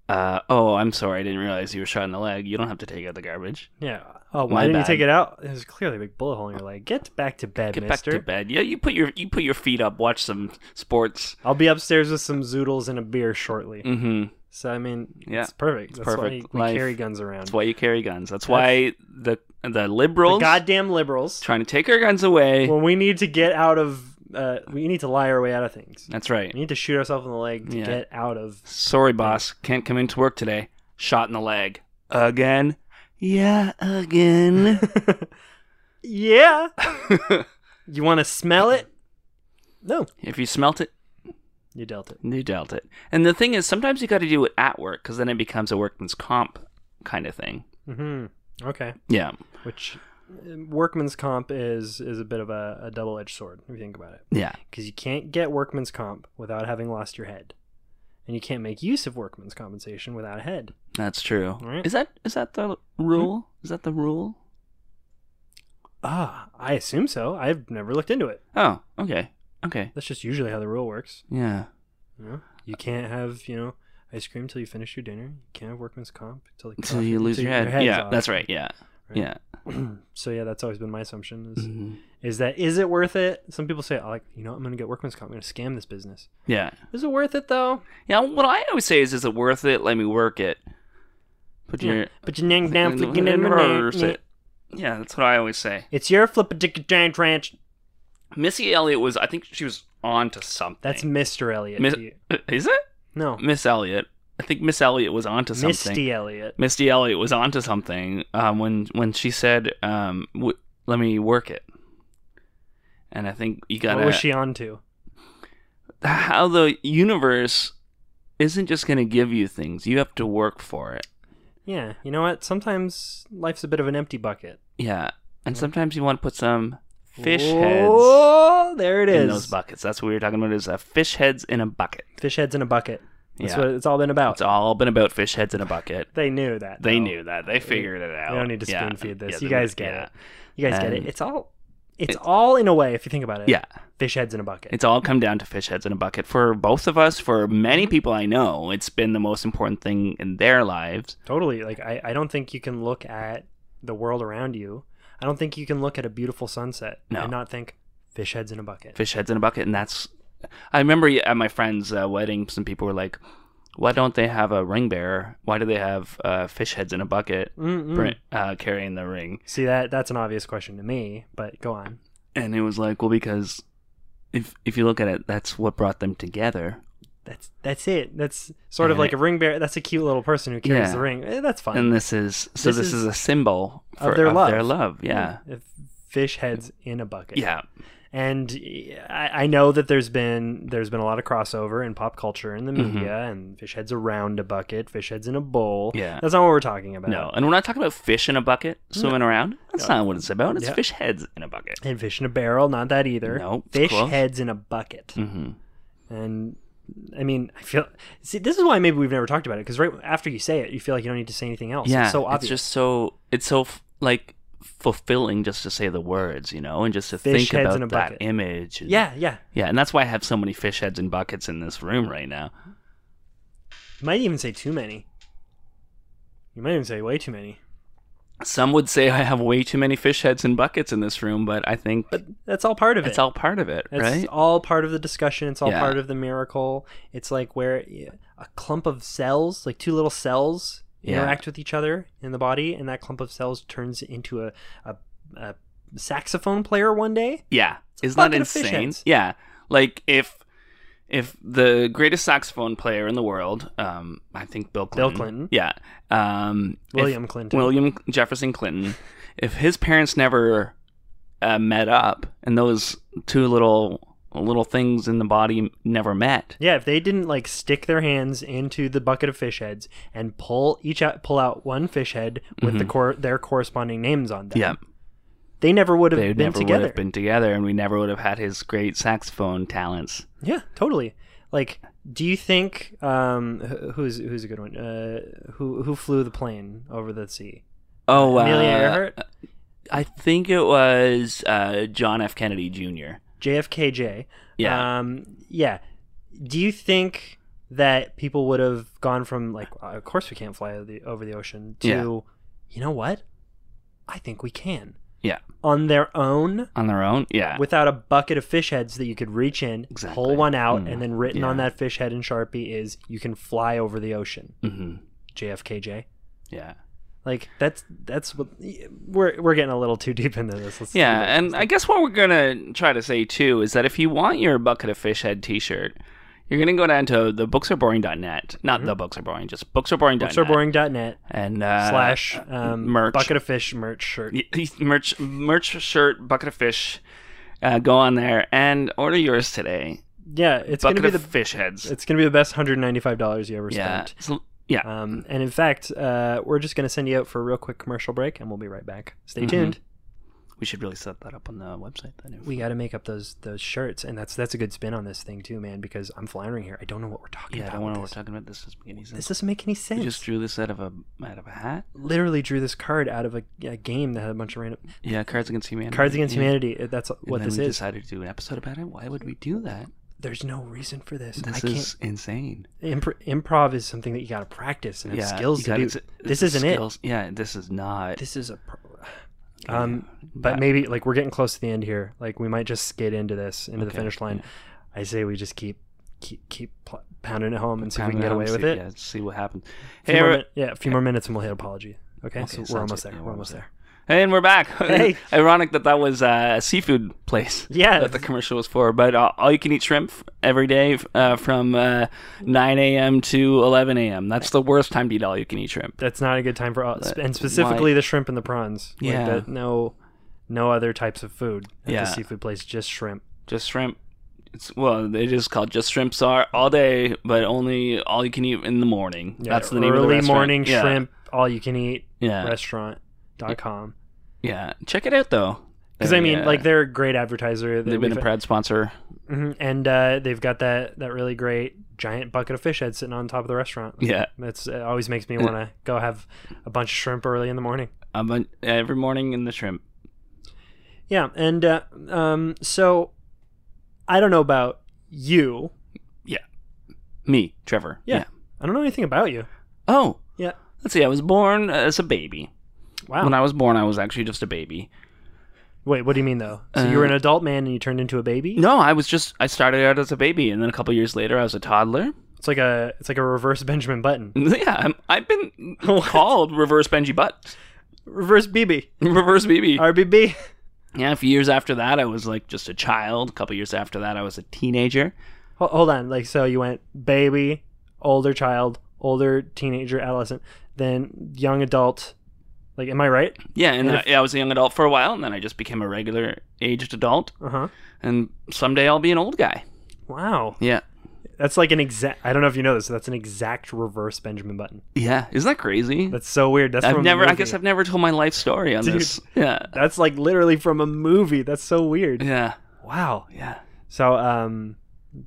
[SPEAKER 1] uh, oh, I'm sorry, I didn't realize you were shot in the leg. You don't have to take out the garbage.
[SPEAKER 2] Yeah. Oh, why
[SPEAKER 1] My
[SPEAKER 2] didn't
[SPEAKER 1] bad.
[SPEAKER 2] you take it out? There's clearly a big bullet hole in your leg. Get back to bed,
[SPEAKER 1] Get
[SPEAKER 2] Mister.
[SPEAKER 1] back to bed. Yeah, you put your you put your feet up, watch some sports.
[SPEAKER 2] I'll be upstairs with some zoodles and a beer shortly.
[SPEAKER 1] Mm-hmm.
[SPEAKER 2] So I mean,
[SPEAKER 1] Yeah.
[SPEAKER 2] Mm. it's perfect. That's
[SPEAKER 1] perfect.
[SPEAKER 2] why we
[SPEAKER 1] Life.
[SPEAKER 2] carry guns around.
[SPEAKER 1] That's why you carry guns. That's why the the liberals
[SPEAKER 2] the goddamn liberals.
[SPEAKER 1] trying to take our guns away.
[SPEAKER 2] When we need to get out of, uh, we need to lie our way out of things.
[SPEAKER 1] That's right.
[SPEAKER 2] We need to shoot ourselves in the leg to
[SPEAKER 1] Yeah.
[SPEAKER 2] get out of (laughs)
[SPEAKER 1] Sorry, boss. Can't come into work today. Shot in the leg. Again? Yeah, (laughs) again.
[SPEAKER 2] yeah. (laughs) you want to smell it? No.
[SPEAKER 1] if you smelt it,
[SPEAKER 2] You dealt it.
[SPEAKER 1] you dealt it. And the thing is, sometimes you got to do it at work because then it becomes a workman's comp kind of thing.
[SPEAKER 2] hmm Okay.
[SPEAKER 1] Yeah.
[SPEAKER 2] Which uh, workman's comp is is a bit of a, a double edged sword if you think about it,
[SPEAKER 1] Yeah.
[SPEAKER 2] because you can't get workman's comp without having lost your head, and you can't make use of workman's compensation without a head.
[SPEAKER 1] That's true.
[SPEAKER 2] Right. Hmm?
[SPEAKER 1] Is that is that the rule? Is that the rule?
[SPEAKER 2] Ah, I assume so. I've never looked into it.
[SPEAKER 1] Oh, okay. Okay.
[SPEAKER 2] That's just usually how the rule works.
[SPEAKER 1] Yeah.
[SPEAKER 2] You know, you can't have you know ice cream till you finish your dinner. You can't have workman's comp till like,
[SPEAKER 1] Until you lose your head. yeah, that's right. Yeah.
[SPEAKER 2] Right.
[SPEAKER 1] Yeah.
[SPEAKER 2] (clears throat) so yeah, that's always been my assumption is
[SPEAKER 1] Mm.
[SPEAKER 2] is that is it worth it? Some people say, oh, like, you know, I'm gonna get workman's comp. I'm gonna scam this business.
[SPEAKER 1] Yeah.
[SPEAKER 2] Is it worth it though?
[SPEAKER 1] Yeah, what I always say is is it worth it? Let me work it. Put your
[SPEAKER 2] But you nang down
[SPEAKER 1] Then
[SPEAKER 2] flicking in the
[SPEAKER 1] reverse
[SPEAKER 2] net.
[SPEAKER 1] it. Yeah, that's what I always say.
[SPEAKER 2] It's your flip a dick giant ranch.
[SPEAKER 1] Missy Elliott was, I think she was on to something. (laughs)
[SPEAKER 2] That's Mr. Elliot.
[SPEAKER 1] Miss,
[SPEAKER 2] to you.
[SPEAKER 1] is it
[SPEAKER 2] No,
[SPEAKER 1] Miss Elliott? I think Miss Elliott was onto something.
[SPEAKER 2] Misty Elliot.
[SPEAKER 1] Misty Elliott was onto something um, when when she said, um, w- "Let me work it." And I think you gotta
[SPEAKER 2] What was she on to?
[SPEAKER 1] how the universe isn't just gonna give you things; you have to work for it.
[SPEAKER 2] Yeah, you know what? Sometimes life's a bit of an empty bucket.
[SPEAKER 1] Yeah, and sometimes you want to put some fish heads
[SPEAKER 2] Oh, there it is.
[SPEAKER 1] in those buckets. That's what we were talking about. Is uh, fish heads in a bucket?
[SPEAKER 2] Fish heads in a bucket. That's
[SPEAKER 1] Yeah.
[SPEAKER 2] what it's all been about.
[SPEAKER 1] It's all been about fish heads in a bucket.
[SPEAKER 2] They knew that.
[SPEAKER 1] They
[SPEAKER 2] though.
[SPEAKER 1] knew that. They figured it out.
[SPEAKER 2] We don't need to
[SPEAKER 1] Yeah.
[SPEAKER 2] spoon feed this.
[SPEAKER 1] Yeah,
[SPEAKER 2] you
[SPEAKER 1] they-
[SPEAKER 2] guys get
[SPEAKER 1] yeah.
[SPEAKER 2] it. You guys get it.
[SPEAKER 1] And-
[SPEAKER 2] It's all. It's all in a way, if you think about it.
[SPEAKER 1] Yeah.
[SPEAKER 2] Fish heads in a bucket.
[SPEAKER 1] It's all come down to fish heads in a bucket for both of us. For many people I know, it's been the most important thing in their lives.
[SPEAKER 2] totally like I, I. don't think you can look at the world around you. I don't think you can look at a beautiful sunset
[SPEAKER 1] No.
[SPEAKER 2] and not think fish heads in a bucket.
[SPEAKER 1] Fish heads in a bucket, and that's I remember at my friend's uh, wedding, some people were like, "Why don't they have a ring bearer? Why do they have uh, fish heads in a bucket
[SPEAKER 2] Mm-mm.
[SPEAKER 1] br- uh, carrying the ring?"
[SPEAKER 2] See that that's an obvious question to me, but go on.
[SPEAKER 1] And it was like, "Well, because if if you look at it, that's what brought them together."
[SPEAKER 2] That's that's it. That's sort of
[SPEAKER 1] And
[SPEAKER 2] like a ring bearer. That's a cute little person who carries
[SPEAKER 1] Yeah.
[SPEAKER 2] the ring. Eh, that's fun.
[SPEAKER 1] And this is so.
[SPEAKER 2] This
[SPEAKER 1] This, is,
[SPEAKER 2] is
[SPEAKER 1] a symbol for,
[SPEAKER 2] of their love. Mm.
[SPEAKER 1] Their love. Yeah.
[SPEAKER 2] If Fish heads in a bucket.
[SPEAKER 1] Yeah.
[SPEAKER 2] and eh, I, I know that there's been there's been a lot of crossover in pop culture in the
[SPEAKER 1] Mhm.
[SPEAKER 2] media, and fish heads around a bucket, fish heads in a bowl.
[SPEAKER 1] Yeah.
[SPEAKER 2] that's not what we're talking about.
[SPEAKER 1] No, and we're not talking about fish in a bucket swimming around. That's not what it's about. It's
[SPEAKER 2] Mm. Yeah.
[SPEAKER 1] fish heads in a bucket.
[SPEAKER 2] and fish in a barrel, not that either.
[SPEAKER 1] No, it's
[SPEAKER 2] fish
[SPEAKER 1] close.
[SPEAKER 2] heads in a bucket,
[SPEAKER 1] hmm
[SPEAKER 2] and I mean, I feel see this is why maybe we've never talked about it because right after you say it, you feel like you don't need to say anything else.
[SPEAKER 1] Yeah,
[SPEAKER 2] it's so obvious.
[SPEAKER 1] it's just so it's so f- like fulfilling just to say the words, you know, and just to
[SPEAKER 2] Fish
[SPEAKER 1] think about
[SPEAKER 2] heads in a
[SPEAKER 1] that
[SPEAKER 2] bucket.
[SPEAKER 1] image. and-
[SPEAKER 2] yeah, yeah.
[SPEAKER 1] yeah, and that's why I have so many fish heads and buckets in this room right now.
[SPEAKER 2] You might even say too many. You might even say way too many.
[SPEAKER 1] Some would say I have way too many fish heads and buckets in this room, but I think
[SPEAKER 2] But that's all part of it.
[SPEAKER 1] it's all part of it,
[SPEAKER 2] It's
[SPEAKER 1] right?
[SPEAKER 2] all part of the discussion. It's all
[SPEAKER 1] Yeah.
[SPEAKER 2] part of the miracle. It's like where yeah, a clump of cells, like two little cells,
[SPEAKER 1] Yeah.
[SPEAKER 2] interact with each other in the body, and that clump of cells turns into a, a, a saxophone player one day.
[SPEAKER 1] Yeah,
[SPEAKER 2] a
[SPEAKER 1] isn't that
[SPEAKER 2] bucket of fish
[SPEAKER 1] insane?
[SPEAKER 2] heads.
[SPEAKER 1] Yeah, like if if the greatest saxophone player in the world, um, I think Bill Clinton.
[SPEAKER 2] Bill Clinton.
[SPEAKER 1] Yeah. Um, if
[SPEAKER 2] William Clinton.
[SPEAKER 1] William Jefferson Clinton. If his parents never uh, met up, and those two little little things in the body never met,
[SPEAKER 2] Yeah, if they didn't like stick their hands into the bucket of fish heads and pull each out, pull out one fish head with the cor- their corresponding names on them,
[SPEAKER 1] Mm-hmm. yeah,
[SPEAKER 2] they never would have
[SPEAKER 1] they
[SPEAKER 2] been
[SPEAKER 1] never
[SPEAKER 2] together.
[SPEAKER 1] would have been together, and we never would have had his great saxophone talents.
[SPEAKER 2] Yeah, totally. Like, do you think um wh- who's who's a good one? Uh, who who flew the plane over the sea?
[SPEAKER 1] Oh, uh,
[SPEAKER 2] Amelia Earhart,
[SPEAKER 1] I think it was uh, John F. Kennedy Jr.
[SPEAKER 2] JFKJ.
[SPEAKER 1] Yeah.
[SPEAKER 2] Um, yeah. Do you think that people would have gone from like, "Uh, of course we can't fly over the, over the ocean to,
[SPEAKER 1] Yeah.
[SPEAKER 2] you know what? I think we can
[SPEAKER 1] Yeah,
[SPEAKER 2] on their own
[SPEAKER 1] on their own. Yeah,
[SPEAKER 2] without a bucket of fish heads that you could reach in,
[SPEAKER 1] Exactly.
[SPEAKER 2] pull one out,
[SPEAKER 1] Mm.
[SPEAKER 2] and then written on
[SPEAKER 1] Yeah.
[SPEAKER 2] that fish head in Sharpie is you can fly over the ocean.
[SPEAKER 1] hmm
[SPEAKER 2] JFKJ.
[SPEAKER 1] yeah.
[SPEAKER 2] Like that's that's what we're we're getting a little too deep into this. Let's
[SPEAKER 1] Yeah,
[SPEAKER 2] let's-
[SPEAKER 1] and I guess what we're gonna try to say too is that if you want your bucket of fish head T-shirt, you're gonna go down to thebooksarebooring.net. Not
[SPEAKER 2] Mm-hmm.
[SPEAKER 1] the books are boring, just booksarebooring.net.
[SPEAKER 2] booksoreboring.net
[SPEAKER 1] and uh,
[SPEAKER 2] slash um,
[SPEAKER 1] merch.
[SPEAKER 2] bucket of fish merch shirt.
[SPEAKER 1] y- y- merch merch shirt bucket of fish. Uh, go on there and order yours today.
[SPEAKER 2] Yeah, it's
[SPEAKER 1] bucket
[SPEAKER 2] gonna be
[SPEAKER 1] of
[SPEAKER 2] the
[SPEAKER 1] fish heads.
[SPEAKER 2] it's gonna be the best hundred ninety five dollars you ever
[SPEAKER 1] yeah,
[SPEAKER 2] spent.
[SPEAKER 1] So- yeah.
[SPEAKER 2] Um, and in fact, uh, we're just gonna send you out for a real quick commercial break, and we'll be right back. Stay
[SPEAKER 1] Mm-hmm.
[SPEAKER 2] tuned.
[SPEAKER 1] we should really set that up on the website. Then if-
[SPEAKER 2] We got to make up those those shirts, and that's that's a good spin on this thing too, man. Because I'm floundering here. I don't know what we're talking
[SPEAKER 1] yeah, I
[SPEAKER 2] about.
[SPEAKER 1] don't want to. We're
[SPEAKER 2] with this.
[SPEAKER 1] talking about this. Doesn't make any sense.
[SPEAKER 2] This doesn't make any sense.
[SPEAKER 1] we just drew this out of a out of a hat.
[SPEAKER 2] literally drew this card out of a, a game that had a bunch of random
[SPEAKER 1] Yeah, Cards Against Humanity.
[SPEAKER 2] Cards Against
[SPEAKER 1] Yeah.
[SPEAKER 2] Humanity. uh, That's
[SPEAKER 1] and
[SPEAKER 2] what
[SPEAKER 1] then
[SPEAKER 2] this
[SPEAKER 1] we
[SPEAKER 2] is.
[SPEAKER 1] decided to do an episode about it. Why would we do that?
[SPEAKER 2] There's no reason for this. I
[SPEAKER 1] This
[SPEAKER 2] can't.
[SPEAKER 1] is insane.
[SPEAKER 2] Impro- improv is something that you got to practice and have
[SPEAKER 1] yeah,
[SPEAKER 2] skills
[SPEAKER 1] you
[SPEAKER 2] to
[SPEAKER 1] got-
[SPEAKER 2] do.
[SPEAKER 1] it's- it's
[SPEAKER 2] this
[SPEAKER 1] a
[SPEAKER 2] isn't
[SPEAKER 1] skills- Yeah, this is not.
[SPEAKER 2] it. This is a. Pro- um,
[SPEAKER 1] but-
[SPEAKER 2] but maybe like we're getting close to the end here. Like we might just skid into this into
[SPEAKER 1] Okay,
[SPEAKER 2] the finish line. I say we just keep keep keep pl- pounding it home and see if
[SPEAKER 1] Pound
[SPEAKER 2] we can get
[SPEAKER 1] out and
[SPEAKER 2] away with
[SPEAKER 1] see,
[SPEAKER 2] it.
[SPEAKER 1] Yeah, see what happens.
[SPEAKER 2] Few
[SPEAKER 1] Hey,
[SPEAKER 2] more
[SPEAKER 1] we're-
[SPEAKER 2] min- yeah, a few more minutes and we'll hit apology. Okay,
[SPEAKER 1] Okay, sounds
[SPEAKER 2] we're almost
[SPEAKER 1] good.
[SPEAKER 2] there.
[SPEAKER 1] Yeah,
[SPEAKER 2] we're almost there.
[SPEAKER 1] and we're back.
[SPEAKER 2] Hey.
[SPEAKER 1] (laughs) Ironic that that was uh, a seafood place.
[SPEAKER 2] Yeah.
[SPEAKER 1] That the commercial was for. But uh, all you can eat shrimp every day uh, from uh, 9 a.m. to 11 a.m. That's the worst time to eat all you can eat shrimp.
[SPEAKER 2] That's not a good time for us,
[SPEAKER 1] But
[SPEAKER 2] and specifically
[SPEAKER 1] why-
[SPEAKER 2] the shrimp and the prawns. Like,
[SPEAKER 1] Yeah.
[SPEAKER 2] that- no, no other types of food at
[SPEAKER 1] Yeah.
[SPEAKER 2] the seafood place. Just shrimp.
[SPEAKER 1] Just shrimp. It's, well, it is called just shrimps are all day, but only all you can eat in the morning.
[SPEAKER 2] Yeah,
[SPEAKER 1] That's the name of the
[SPEAKER 2] early
[SPEAKER 1] restaurant.
[SPEAKER 2] morning
[SPEAKER 1] Yeah.
[SPEAKER 2] shrimp all you can eat
[SPEAKER 1] Yeah.
[SPEAKER 2] restaurant dot com.
[SPEAKER 1] Yeah, check it out though. uh,
[SPEAKER 2] Because I mean, like they're a great advertiser.
[SPEAKER 1] they've been a proud sponsor. (laughs)
[SPEAKER 2] Mhm, and uh, they've got that that really great giant bucket of fish head sitting on top of the restaurant.
[SPEAKER 1] Yeah.
[SPEAKER 2] that's it always makes me want to go have a bunch of shrimp early in the morning.
[SPEAKER 1] Um, but every morning in the shrimp.
[SPEAKER 2] Yeah, and uh, um, so I don't know about you.
[SPEAKER 1] Me, Trevor.
[SPEAKER 2] Yeah. I don't know anything about you.
[SPEAKER 1] Oh,
[SPEAKER 2] Yeah.
[SPEAKER 1] let's see. I was born as a baby.
[SPEAKER 2] Wow.
[SPEAKER 1] When I was born, I was actually just a baby.
[SPEAKER 2] Wait, what do you mean though? So you were an adult man and you turned into a baby?
[SPEAKER 1] Uh, No, I was just I started out as a baby, and then a couple years later, I was a toddler. (laughs)
[SPEAKER 2] It's like a it's like a reverse Benjamin Button.
[SPEAKER 1] Yeah, I'm, I've
[SPEAKER 2] (laughs)
[SPEAKER 1] been called Reverse Benji Butt, (laughs)
[SPEAKER 2] Reverse BB.
[SPEAKER 1] Reverse BB.
[SPEAKER 2] RBB.
[SPEAKER 1] Yeah, a few years after that, I was like just a child. A couple years after that, I was a teenager.
[SPEAKER 2] Ho- hold on. Like so you went baby, older child, older teenager, adolescent, then young adult. Like am I right?
[SPEAKER 1] Yeah, and then I, yeah, I was a young adult for a while, and then I just became a regular aged adult.
[SPEAKER 2] Uh-huh.
[SPEAKER 1] And someday I'll be an old guy.
[SPEAKER 2] Wow.
[SPEAKER 1] Yeah,
[SPEAKER 2] That's like an exact I don't know if you know this, that's an exact reverse Benjamin Button.
[SPEAKER 1] yeah. Isn't that crazy?
[SPEAKER 2] That's so weird. That's from
[SPEAKER 1] I've
[SPEAKER 2] a
[SPEAKER 1] never. I
[SPEAKER 2] movie.
[SPEAKER 1] guess I've never told my life story on
[SPEAKER 2] Dude.
[SPEAKER 1] this. Yeah,
[SPEAKER 2] That's like literally from a movie. That's so weird.
[SPEAKER 1] yeah,
[SPEAKER 2] Wow.
[SPEAKER 1] yeah.
[SPEAKER 2] So um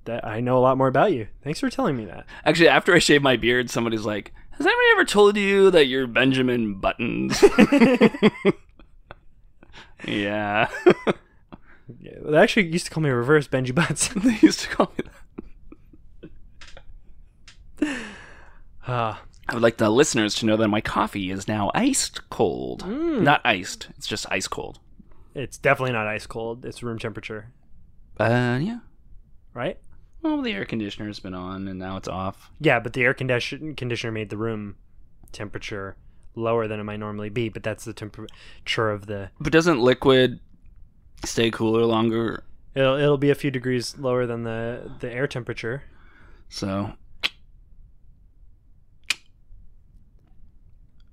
[SPEAKER 2] that I know a lot more about you. Thanks for telling me that.
[SPEAKER 1] Actually, after I shaved my beard, somebody's like, "Has anybody ever told you that you're Benjamin
[SPEAKER 2] (laughs)
[SPEAKER 1] Buttons?" yeah, (laughs)
[SPEAKER 2] Yeah, They actually used to call me reverse Benji Butts. (laughs)
[SPEAKER 1] they used to call me that.
[SPEAKER 2] Ah,
[SPEAKER 1] I would like the listeners to know that my coffee is now iced cold. Hmm. Not iced. It's just ice cold.
[SPEAKER 2] it's definitely not ice cold. It's room temperature,
[SPEAKER 1] Uh, yeah.
[SPEAKER 2] right?
[SPEAKER 1] Well, the air conditioner's been on and now it's off.
[SPEAKER 2] Yeah, but the air condition- conditioner made the room temperature lower than it might normally be, but that's the temperature of the.
[SPEAKER 1] But doesn't liquid stay cooler longer?
[SPEAKER 2] It'll it'll be a few degrees lower than the the air temperature.
[SPEAKER 1] So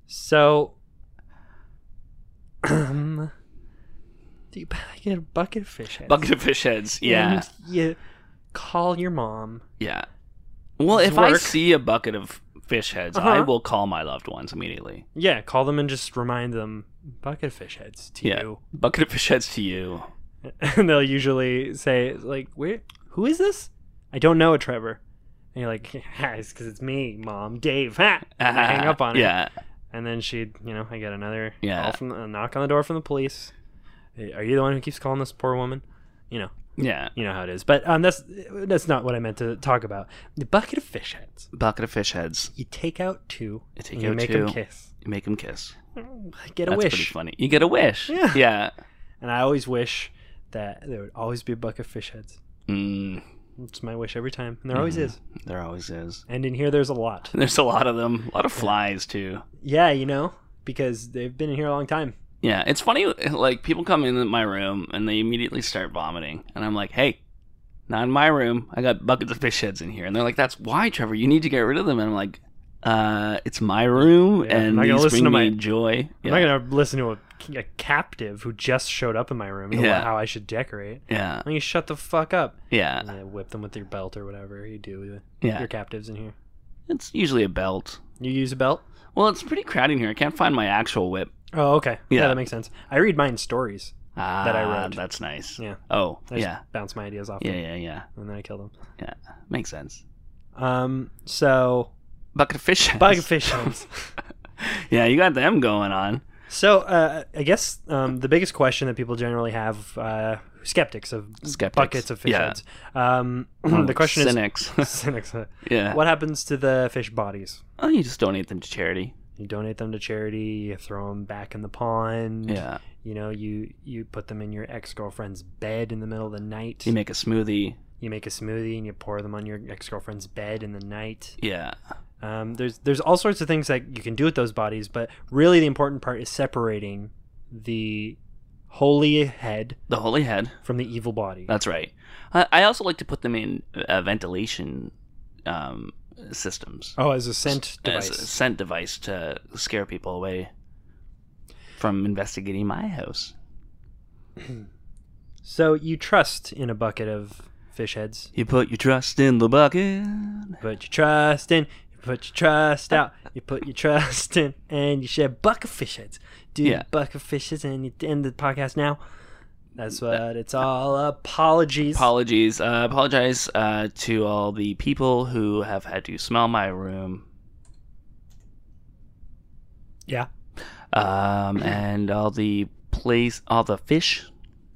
[SPEAKER 2] So, (clears throat) um, do you get a bucket of fish heads?
[SPEAKER 1] bucket of fish heads. (laughs) Yeah,
[SPEAKER 2] And you call your mom.
[SPEAKER 1] yeah. Well,
[SPEAKER 2] It's
[SPEAKER 1] if I
[SPEAKER 2] work.
[SPEAKER 1] see a bucket of fish heads, I
[SPEAKER 2] Uh-huh.
[SPEAKER 1] will call my loved ones immediately.
[SPEAKER 2] Yeah, call them and just remind them bucket of fish heads to
[SPEAKER 1] Yeah.
[SPEAKER 2] you.
[SPEAKER 1] Bucket of fish heads to you.
[SPEAKER 2] (laughs) and they'll usually say like where who is this i don't know trevor and you're like (laughs) "Ha, it's because it's me mom dave ha and I hang up on it
[SPEAKER 1] Yeah.
[SPEAKER 2] and then she'd you know i get another
[SPEAKER 1] Yeah.
[SPEAKER 2] call from a knock on the door from the police Hey, are you the one who keeps calling this poor woman you know
[SPEAKER 1] Yeah.
[SPEAKER 2] you know how it is but um that's that's not what i meant to talk about the bucket of fish heads
[SPEAKER 1] Bucket of fish heads.
[SPEAKER 2] you take out two
[SPEAKER 1] You take
[SPEAKER 2] and you
[SPEAKER 1] out
[SPEAKER 2] make them
[SPEAKER 1] two.
[SPEAKER 2] kiss Mm,
[SPEAKER 1] You make them kiss.
[SPEAKER 2] get a
[SPEAKER 1] That's pretty
[SPEAKER 2] wish
[SPEAKER 1] funny. You get a wish.
[SPEAKER 2] Yeah.
[SPEAKER 1] Yeah.
[SPEAKER 2] and i always wish that there would always be a bucket of fish heads
[SPEAKER 1] Mm,
[SPEAKER 2] it's my wish every time
[SPEAKER 1] Mm-hmm.
[SPEAKER 2] and there always is
[SPEAKER 1] there always is.
[SPEAKER 2] and in here there's a lot.
[SPEAKER 1] There's a lot of them. A lot of flies too.
[SPEAKER 2] Yeah, you know, because they've been in here a long time.
[SPEAKER 1] Yeah. It's funny. Like people come in my room and they immediately start vomiting, and I'm like, hey. Not in my room. I got buckets of fish heads in here, and they're like, "That's why, Trevor. You need to get rid of them." And I'm like, "Uh, it's my room,
[SPEAKER 2] Yeah, I'm
[SPEAKER 1] and
[SPEAKER 2] not gonna
[SPEAKER 1] these
[SPEAKER 2] listen
[SPEAKER 1] bring
[SPEAKER 2] to
[SPEAKER 1] me
[SPEAKER 2] my-
[SPEAKER 1] joy." Yeah,
[SPEAKER 2] I'm not gonna listen to a, a captive who just showed up in my room and
[SPEAKER 1] Yeah.
[SPEAKER 2] how I should decorate.
[SPEAKER 1] yeah,
[SPEAKER 2] I'm gonna shut the fuck up.
[SPEAKER 1] yeah.
[SPEAKER 2] And then whip them with your belt or whatever you do with
[SPEAKER 1] Yeah.
[SPEAKER 2] your captives in here.
[SPEAKER 1] It's usually a belt.
[SPEAKER 2] You use a belt?
[SPEAKER 1] Well, it's pretty crowded in here. I can't find my actual whip.
[SPEAKER 2] Oh, okay. Yeah,
[SPEAKER 1] Yeah.
[SPEAKER 2] that makes sense. I read mine stories.
[SPEAKER 1] Ah,
[SPEAKER 2] That I wrote.
[SPEAKER 1] That's nice.
[SPEAKER 2] Yeah.
[SPEAKER 1] Oh,
[SPEAKER 2] I just
[SPEAKER 1] yeah.
[SPEAKER 2] bounce my ideas off
[SPEAKER 1] Yeah,
[SPEAKER 2] them
[SPEAKER 1] yeah, yeah.
[SPEAKER 2] and then I kill them.
[SPEAKER 1] Yeah. Makes sense.
[SPEAKER 2] Um,
[SPEAKER 1] (laughs)
[SPEAKER 2] so
[SPEAKER 1] Bucket of fish. heads.
[SPEAKER 2] bug fish heads.
[SPEAKER 1] Yeah, you got them going on.
[SPEAKER 2] So uh, I guess um, the biggest question that people generally have, uh, skeptics of
[SPEAKER 1] Skeptics,
[SPEAKER 2] buckets of fish
[SPEAKER 1] yeah.
[SPEAKER 2] heads. Um, (clears throat) (clears throat) the question
[SPEAKER 1] Cynics. (laughs)
[SPEAKER 2] (laughs) is, cynics. huh?
[SPEAKER 1] yeah.
[SPEAKER 2] What happens to the fish bodies?
[SPEAKER 1] Oh, you just donate them to charity.
[SPEAKER 2] You donate them to charity. You throw them back in the pond.
[SPEAKER 1] Yeah.
[SPEAKER 2] You know, you you put them in your ex girlfriend's bed in the middle of the night.
[SPEAKER 1] You make a smoothie.
[SPEAKER 2] you make a smoothie and you pour them on your ex girlfriend's bed in the night.
[SPEAKER 1] Yeah.
[SPEAKER 2] Um, there's there's all sorts of things that you can do with those bodies, but really the important part is separating the holy head
[SPEAKER 1] The holy head.
[SPEAKER 2] from the evil body.
[SPEAKER 1] That's right. I, I also like to put them in uh, ventilation um, systems.
[SPEAKER 2] oh, as a scent
[SPEAKER 1] As
[SPEAKER 2] device.
[SPEAKER 1] a scent device to scare people away from investigating my house.
[SPEAKER 2] So you trust in a bucket of fish heads,
[SPEAKER 1] You put your trust in the bucket.
[SPEAKER 2] put your trust in, you put your trust out, you put your trust in, and you share bucket of fish heads. Do
[SPEAKER 1] Yeah.
[SPEAKER 2] your bucket of fish heads, and you end the podcast now. That's what it's all. Apologies.
[SPEAKER 1] Apologies. Uh, apologize uh, to all the people who have had to smell my room.
[SPEAKER 2] yeah.
[SPEAKER 1] Um, and all the place, all the fish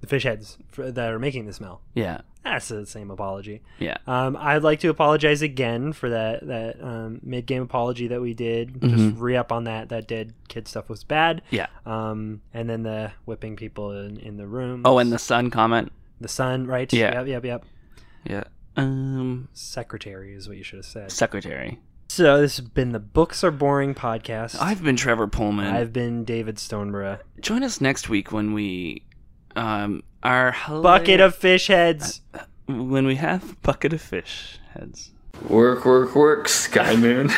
[SPEAKER 2] the fish heads for, that are making the smell.
[SPEAKER 1] Yeah.
[SPEAKER 2] That's the same apology.
[SPEAKER 1] Yeah.
[SPEAKER 2] Um, I'd like to apologize again for that that um, mid game apology that we did. Just re up on that. That dead kid stuff was bad.
[SPEAKER 1] Mm-hmm. Yeah.
[SPEAKER 2] Um, and then the whipping people in, in the room.
[SPEAKER 1] Oh, and the sun comment.
[SPEAKER 2] the sun, right?
[SPEAKER 1] Yeah.
[SPEAKER 2] Yep, yep, yep.
[SPEAKER 1] Yeah. Um,
[SPEAKER 2] Secretary is what you should have said.
[SPEAKER 1] secretary.
[SPEAKER 2] So this has been the Books Are Boring podcast.
[SPEAKER 1] I've been Trevor Pullman.
[SPEAKER 2] I've been David Stoneborough.
[SPEAKER 1] Join us next week when we, um, our
[SPEAKER 2] Bucket of fish heads.
[SPEAKER 1] when we have bucket of fish heads.
[SPEAKER 7] Work, work, work, Sky Moon.